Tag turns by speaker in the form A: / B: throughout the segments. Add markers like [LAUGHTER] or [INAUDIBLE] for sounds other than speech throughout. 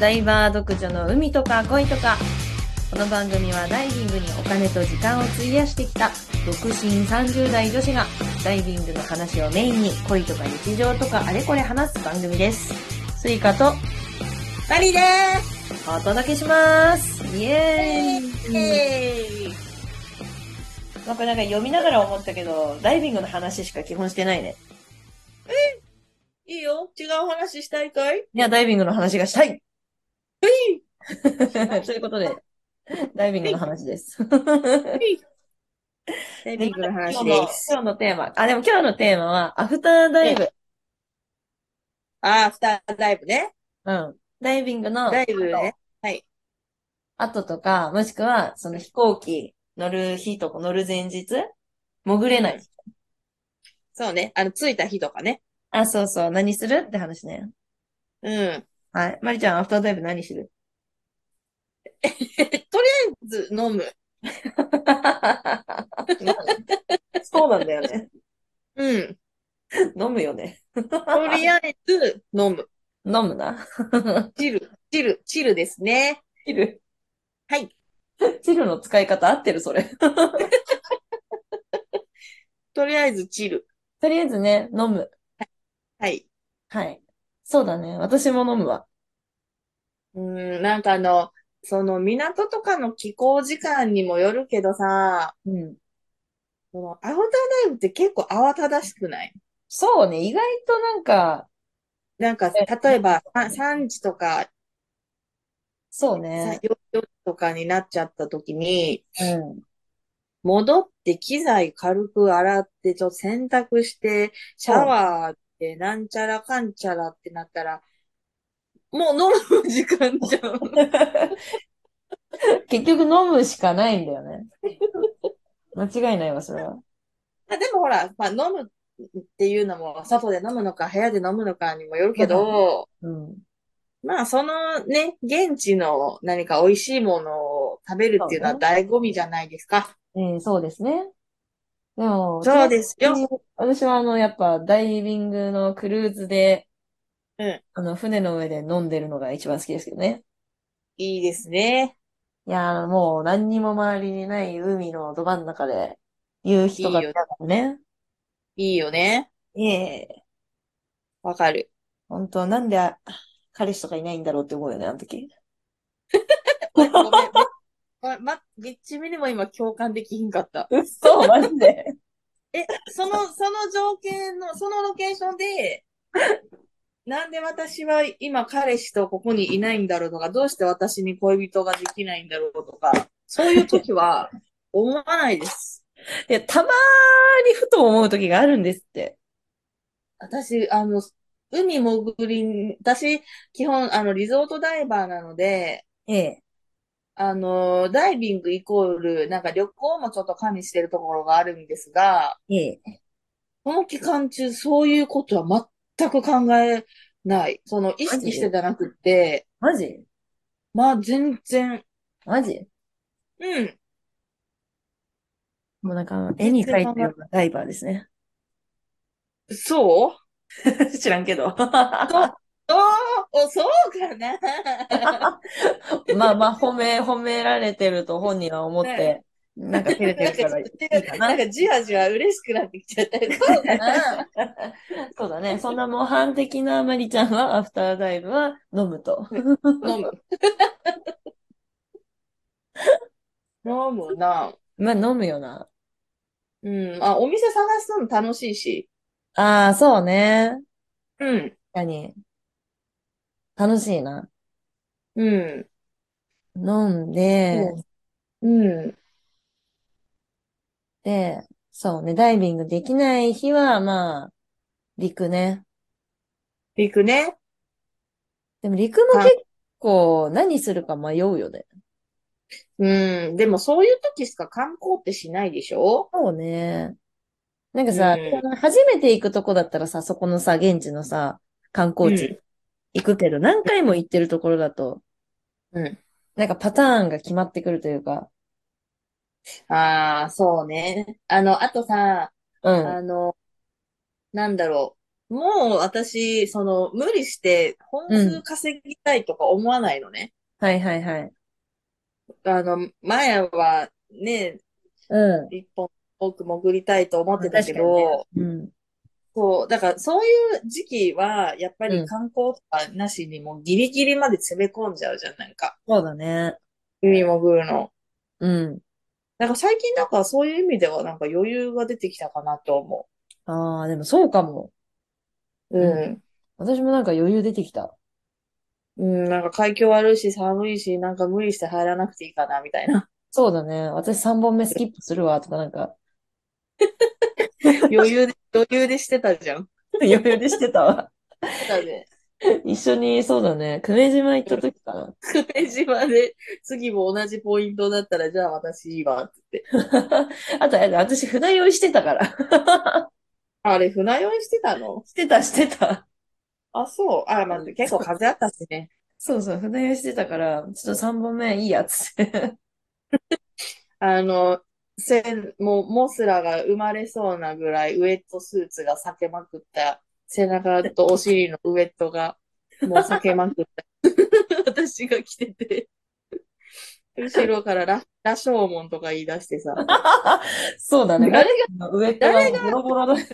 A: ダイバー独女の海とか恋とかこの番組はダイビングにお金と時間を費やしてきた独身30代女子がダイビングの話をメインに恋とか日常とかあれこれ話す番組ですスイカと
B: 二人で
A: お届けしますイエ
B: ー
A: ーイ、
B: イ
A: まあ、これなんか読みながら思ったけどダイビングの話しか基本してないね
B: いいよ違う話したいかい
A: いやダイビングの話がしたい [LAUGHS] ということでダイビングの話です
B: テ
A: 今
B: レビ
A: 日
B: の
A: の
B: 話です。
A: 今日のテーマ。あ、でも今日のテーマは、アフターダイブ。
B: あー、アフターダイブね。
A: うん。ダイビングの
B: ダイブね。
A: 後とか、もしくは、その飛行機乗る日とか乗る前日潜れない。
B: そうね。あの、着いた日とかね。
A: あ、そうそう。何するって話ね。
B: うん。
A: はい。まりちゃん、アフターダイブ何する
B: とりあえず飲む。
A: [LAUGHS] そうなんだよね。
B: うん。
A: 飲むよね。
B: とりあえず飲む。
A: 飲むな。
B: チル、チル、チルですね。
A: チル。
B: はい。
A: チルの使い方合ってるそれ。
B: とりあえずチル。
A: とりあえずね、飲む。
B: はい。
A: はい。そうだね。私も飲むわ。
B: うん、なんかあの、その港とかの寄港時間にもよるけどさ、
A: うん。
B: そのアフターダイブって結構慌ただしくない
A: そうね、意外となんか、
B: なんか、
A: え
B: 例えばさ3時とか
A: そう
B: さ
A: ね。
B: 4時とかになっちゃった時に、
A: うん。 [LAUGHS]
B: 戻って機材軽く洗って、ちょっと洗濯して、シャワーでなんちゃらかんちゃらってなったら、もう飲む時間じ
A: [LAUGHS]
B: ゃん。
A: 結局飲むしかないんだよ
B: [LAUGHS]
A: ね。間違いないわ、それは。
B: あ、でもほら、まあ、飲むっていうのも、外で飲むのか、部屋で飲むのかにもよるけど、
A: うん。
B: まあ、そのね、現地の何か美味しいものを食べるっていうのは
A: そう
B: 醍醐味じゃないですか。
A: えーそうですね。でも、
B: そうですよ。
A: 私はあの、やっぱダイビングのクルーズで、
B: うん
A: あの、船の上で飲んでるのが一番好きですけどね。
B: いいですね。
A: いやー、もう何にも周りにない海のど真ん中で、夕日とか
B: いいよ
A: 見ながらね。
B: いいよね。
A: ええ
B: わかる。
A: 本当、なんであ彼氏とかいないんだろうって思うよね、あの時。 [LAUGHS]
B: ごめん。ま、ま、びっちみにも今共感できひんかった。
A: 嘘、マジで。
B: え、その、その条件の、そのロケーションで、なんで私は今彼氏とここにいないんだろうとか、どうして私に恋人ができないんだろうとか、そういう時は思わないです。
A: いや、たまーにふと思う時があるんですって。
B: 私、あの、海潜りに、私、基本、あの、リゾートダイバーなので、
A: ええ。
B: あの、ダイビングイコール、なんか旅行もちょっと加味してるところがあるんですが、
A: ええ。
B: この期間中、そういうことは全く考えない。その、意識してじゃなくって、
A: マジ
B: まあ、全然、
A: マジ
B: うん。
A: もうなんか、絵に描いたようなダイバーですね。
B: そう
A: [LAUGHS] 知らんけど。
B: おお、そうかな
A: [LAUGHS] まあまあ、褒め、褒められてると本人は思って、なんか照れてるからいいか
B: なん
A: な。
B: かじわじわ嬉しくなってきちゃった。そうかな
A: [LAUGHS] そうだね。そんな模範的なマリちゃんは、アフターダイブは飲むと。
B: 飲
A: [LAUGHS]
B: む。飲むな。
A: まあ、飲むよな。
B: うん。あ、お店探すの楽しいし。
A: ああ、そうね。
B: うん。
A: 確かに。楽しいな。
B: うん。
A: 飲んで、
B: うん。
A: で、そうね、ダイビングできない日は、まあ、陸ね。
B: 陸ね。
A: でも陸も
B: あ
A: 結構何するか迷うよね。
B: うん。でもそういう時しか観光ってしないでしょ
A: そうね。なんかさ、
B: う
A: 初めて行くとこだったらさ、そこのさ、現地のさ、観光
B: う
A: 地行くけど、何回も行ってるところだと、
B: うん。
A: なんかパターンが決まってくるというか、
B: ああ、そうね。あの、あとさ、
A: うん。
B: あの、なんだろう。もう私、その、無理して本数稼ぎたいとか思わないのね。
A: はいはいはい。
B: あの、前はね、
A: う
B: 一本僕潜りたいと思ってたけ
A: まあ確かに
B: ど、
A: ん。うん。
B: そう、だからそういう時期は、やっぱ
A: う
B: り
A: ん
B: 観光とかなしにもうギリギリまで攻め込んじゃうじゃん、なんか。
A: そうだね。
B: 海潜るの。
A: うん。
B: なんか最近なんかそういう意味ではなんか余裕が出てきたかなと思
A: ああ、でもそうかも。
B: う。うん。
A: 私もなんか余裕出てきた。
B: うん、なんか海峡悪いし寒いし、なんか無理して入らなくていいかな、みたいな。 [LAUGHS]
A: そうだね。私3本目スキップするわ、とかなんか、
B: 余裕で、余裕でしてたじゃん。
A: [LAUGHS] 余裕でしてたわ。
B: だ [LAUGHS] ね。
A: [LAUGHS] 一緒に、そうだね。久米島行った時かな。
B: 久米島で、次も同じポイントだったら、じゃあ私いいわ、って言って。
A: あと、あと私船酔いしてたから。
B: あれ、船酔いしてたの
A: [LAUGHS] してた、してた。
B: あ、そう。あ、まあ、結構風あったしね。
A: そうそう、船酔いしてたから、ちょっと3本目いいや、 [LAUGHS] つって。
B: あの、せん、もう、モスラが生まれそうなぐらい、ウェットスーツが裂けまくった、背中とお尻のウェットが、もう裂けまくった。私が着てて、後ろからラ、ラショーモンとか言い出してさ、
A: そうだね。
B: 誰
A: が、上っ側
B: 誰
A: ボロボロだね。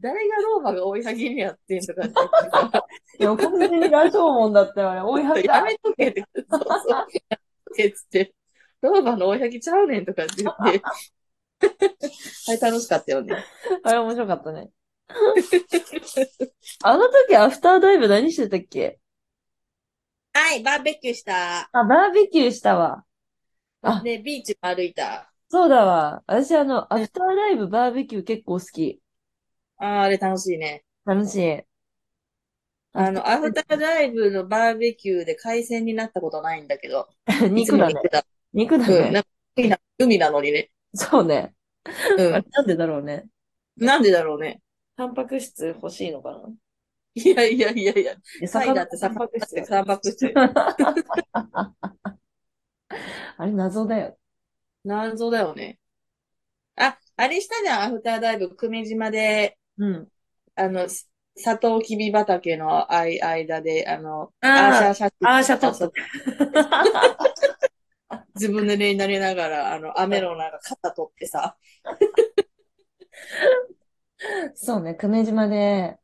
B: 誰がローマが追いはぎにやってんとかって言ってさ
A: いや、完全にラジオもんだったよね。追いは
B: やめとけって。そうそう。やめとけっつって。ローバの追いはぎちゃうねんとかって言って。はい、楽しかったよね。
A: あれ面白かったね。 [LAUGHS] あの時アフターダイブ何してたっけ
B: はい、バーベキューした。
A: あ、バーベキューしたわ。あ、
B: で、ビーチも歩いた。
A: そうだわ。私あの、アフターダイブバーベキュー結構好き。
B: あーあれ楽しいね。
A: 楽しい。
B: あの、アフターダイブのバーベキューで海鮮になったことないんだけど。
A: ー
B: い
A: 肉
B: つも
A: だね
B: 肉。だ。
A: 肉だ
B: うん、
A: ね。
B: なんか海な海なのにね。
A: そうね。
B: う
A: [LAUGHS] あれ。
B: ん
A: なんでだろうね。
B: なんでだろうね。
A: タンパク質欲しいのかない
B: やいやいやいや。
A: いや
B: 貝だって魚だってタンパク質だよ。
A: あれ謎だよ。
B: 謎だよね。あ、あれしたじゃん、アフターダイブ、久米島で、
A: うん。
B: あの、すサトウキビ畑のあい間で、あの、
A: あ
B: アーシャ
A: ー
B: ーシャ
A: あーシャトット。
B: ずぶ濡れになりながら、あの、雨の中、肩取ってさ、
A: [LAUGHS] そうね、久米島で、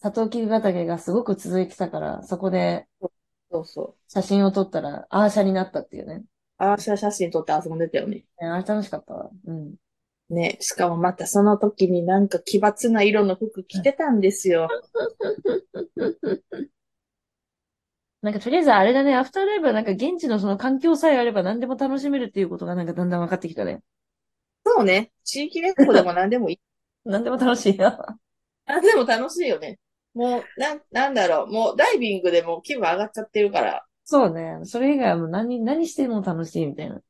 A: サトウキビ畑がすごく続いてたから、そこで
B: そうそう。
A: 写真を撮ったら、アーシャになったっていうね。
B: アーシャー写真撮って遊んでたよね。
A: ねあれ楽しかったわ。うん。
B: ね、しかもまたその時になんか奇抜な色の服着てたんですよ。
A: なんかとりあえずあれだね、アフターライブはなんか現地のその環境さえあれば何でも楽しめるっていうことがなんかだんだん分かってきたね。
B: そうね、地域連合でも何でもいい。
A: 何でも楽しい [LAUGHS] な。
B: [LAUGHS] 何でも楽しいよね。もう、なん、なんだろう、もうダイビングでもう気分上がっちゃってるから、
A: そうね。それ以外はもう何、何しても楽しいみたいな。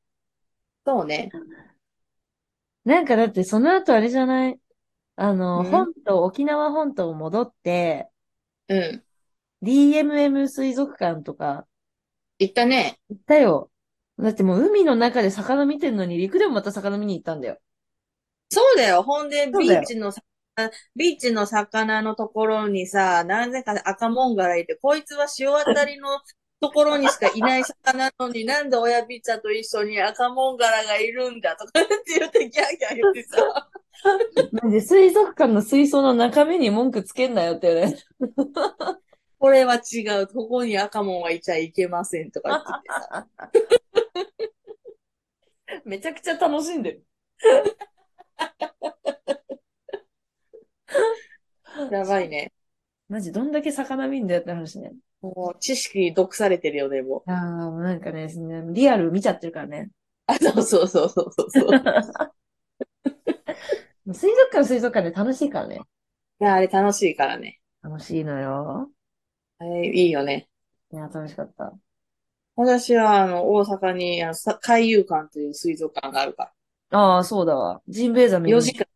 B: そうね。
A: なんかだってその後あれじゃないあの、
B: うん
A: 本島、沖縄本島戻って、
B: うん。
A: DMM 水族館とか
B: 行ったね。
A: 行ったよ。だってもう海の中で魚見てんのに陸でもまた魚見に行ったんだよ。
B: そうだよ。ほんで、
A: そう
B: ビ
A: だよ
B: ーチのさ、ビーチの魚のところにさ、なぜか赤もんがらいて、こいつは潮当たりのところにしかいない魚なのに、なんで親ピッチャーと一緒に赤もんがらがいるんだとかって言ってギャーギャー言ってさ、
A: なんで水族館の水槽の中身に文句つけんなよってね。
B: これは違う。ここに赤もんはいちゃいけませんとか言っててさ。
A: [LAUGHS] めちゃくちゃ楽しんでる。
B: やばいね。
A: マジどんだけ魚見んだよって話ね。
B: もう知識に毒されてるよね、もう。
A: ああ、もうなんかね、リアル見ちゃってるからね。
B: あ、そうそうそうそうそうそう。
A: もう水族館は水族館で楽しいからね。
B: いや、あれ楽しいからね。
A: 楽しいのよ。
B: あれいいよね。
A: いや、楽しかった。
B: 私は、あの、大阪に、あの、さ海遊館という水族館があるから。
A: ああ、そうだわ。ジンベエザメ
B: 4時間、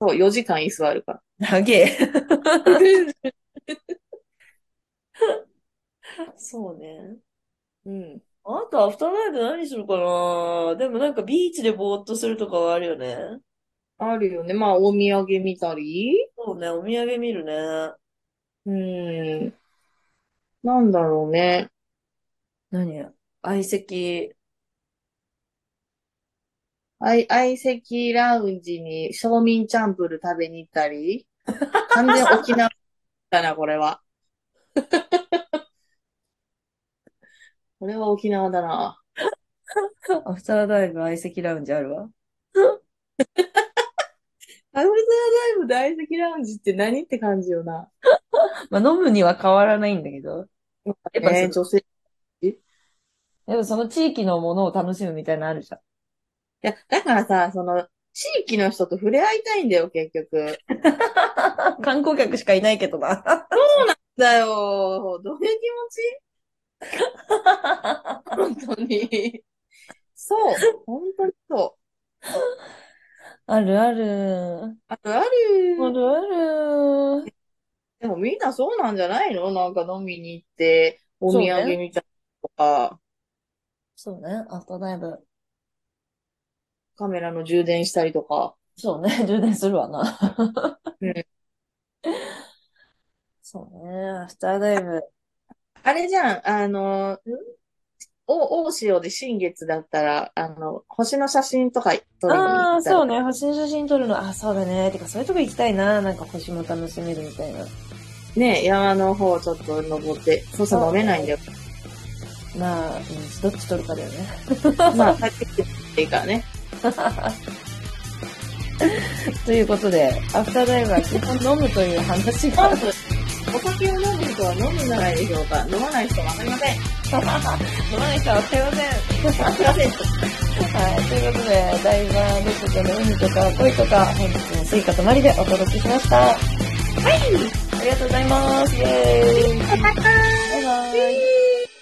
B: そう、4時間居座るか
A: 間。長え。
B: ら。
A: [LAUGHS] そうね。
B: うん。
A: あと、アフターナイト何するかなでもなんかビーチでぼーっとするとかはあるよね。
B: あるよね。まあ、お土産見たり。
A: そうね、お土産見るね。
B: うん。なんだろうね。
A: 何相席。
B: 愛、相席ラウンジに庶民チャンプル食べに行った [LAUGHS] り。完全沖縄だな、これ [LAUGHS] は。これは沖縄だな。
A: アフターダイブ相席ラウンジあるわ。
B: アウターライブで相席ラウンジって何って感じよな。
A: まあ、飲むには変わらないんだけど。やっぱその、
B: えー女性。い
A: やっぱその地域のものを楽しむみたいなのあるじ [LAUGHS] ゃん。
B: や、だからさ、その、地域の人と触れ合いたいんだよ、結局。
A: 観光客しかいないけど [LAUGHS] な。
B: だよー。どういう気持ち本当に。そう。本当にそう。
A: あるある。
B: あるある
A: あるある。
B: でもみんなそうなんじゃないのなんか飲みに行って、お
A: そ
B: 土
A: う
B: 産
A: ね
B: みたいなのとか、
A: そうね、アフターダイブ。
B: カメラの充電したりとか。
A: そうね、 [LAUGHS] 充電するわな。
B: うん
A: そうね、アフターダイブ。
B: あれじゃん、あの、んお、大潮で新月だったら、あの、星の写真とか撮
A: あ
B: りに行
A: あ、
B: ったら
A: そうね、星の写真撮るの。あ、そうだね。てか、そういうとこ行きたいな。なんか星も楽しめるみたいな。
B: ね、山の方ちょっと登って、そうそう飲めないんだよ。
A: まあ、うんどっち撮るかだよね。
B: まあ、帰ってきていいからね。
A: ということで、アフターダイブは基本飲むという話が。
B: お酒を飲む人は飲むんじゃないでしょうか。飲まない人はわかりません。
A: 飲まない人はわかりません。
B: すいません。
A: はい、ということで、ダイバー独自の海とか恋とか、本日もスイカとマリでお届けしました。はいありがとうございます。イェーイバイバイ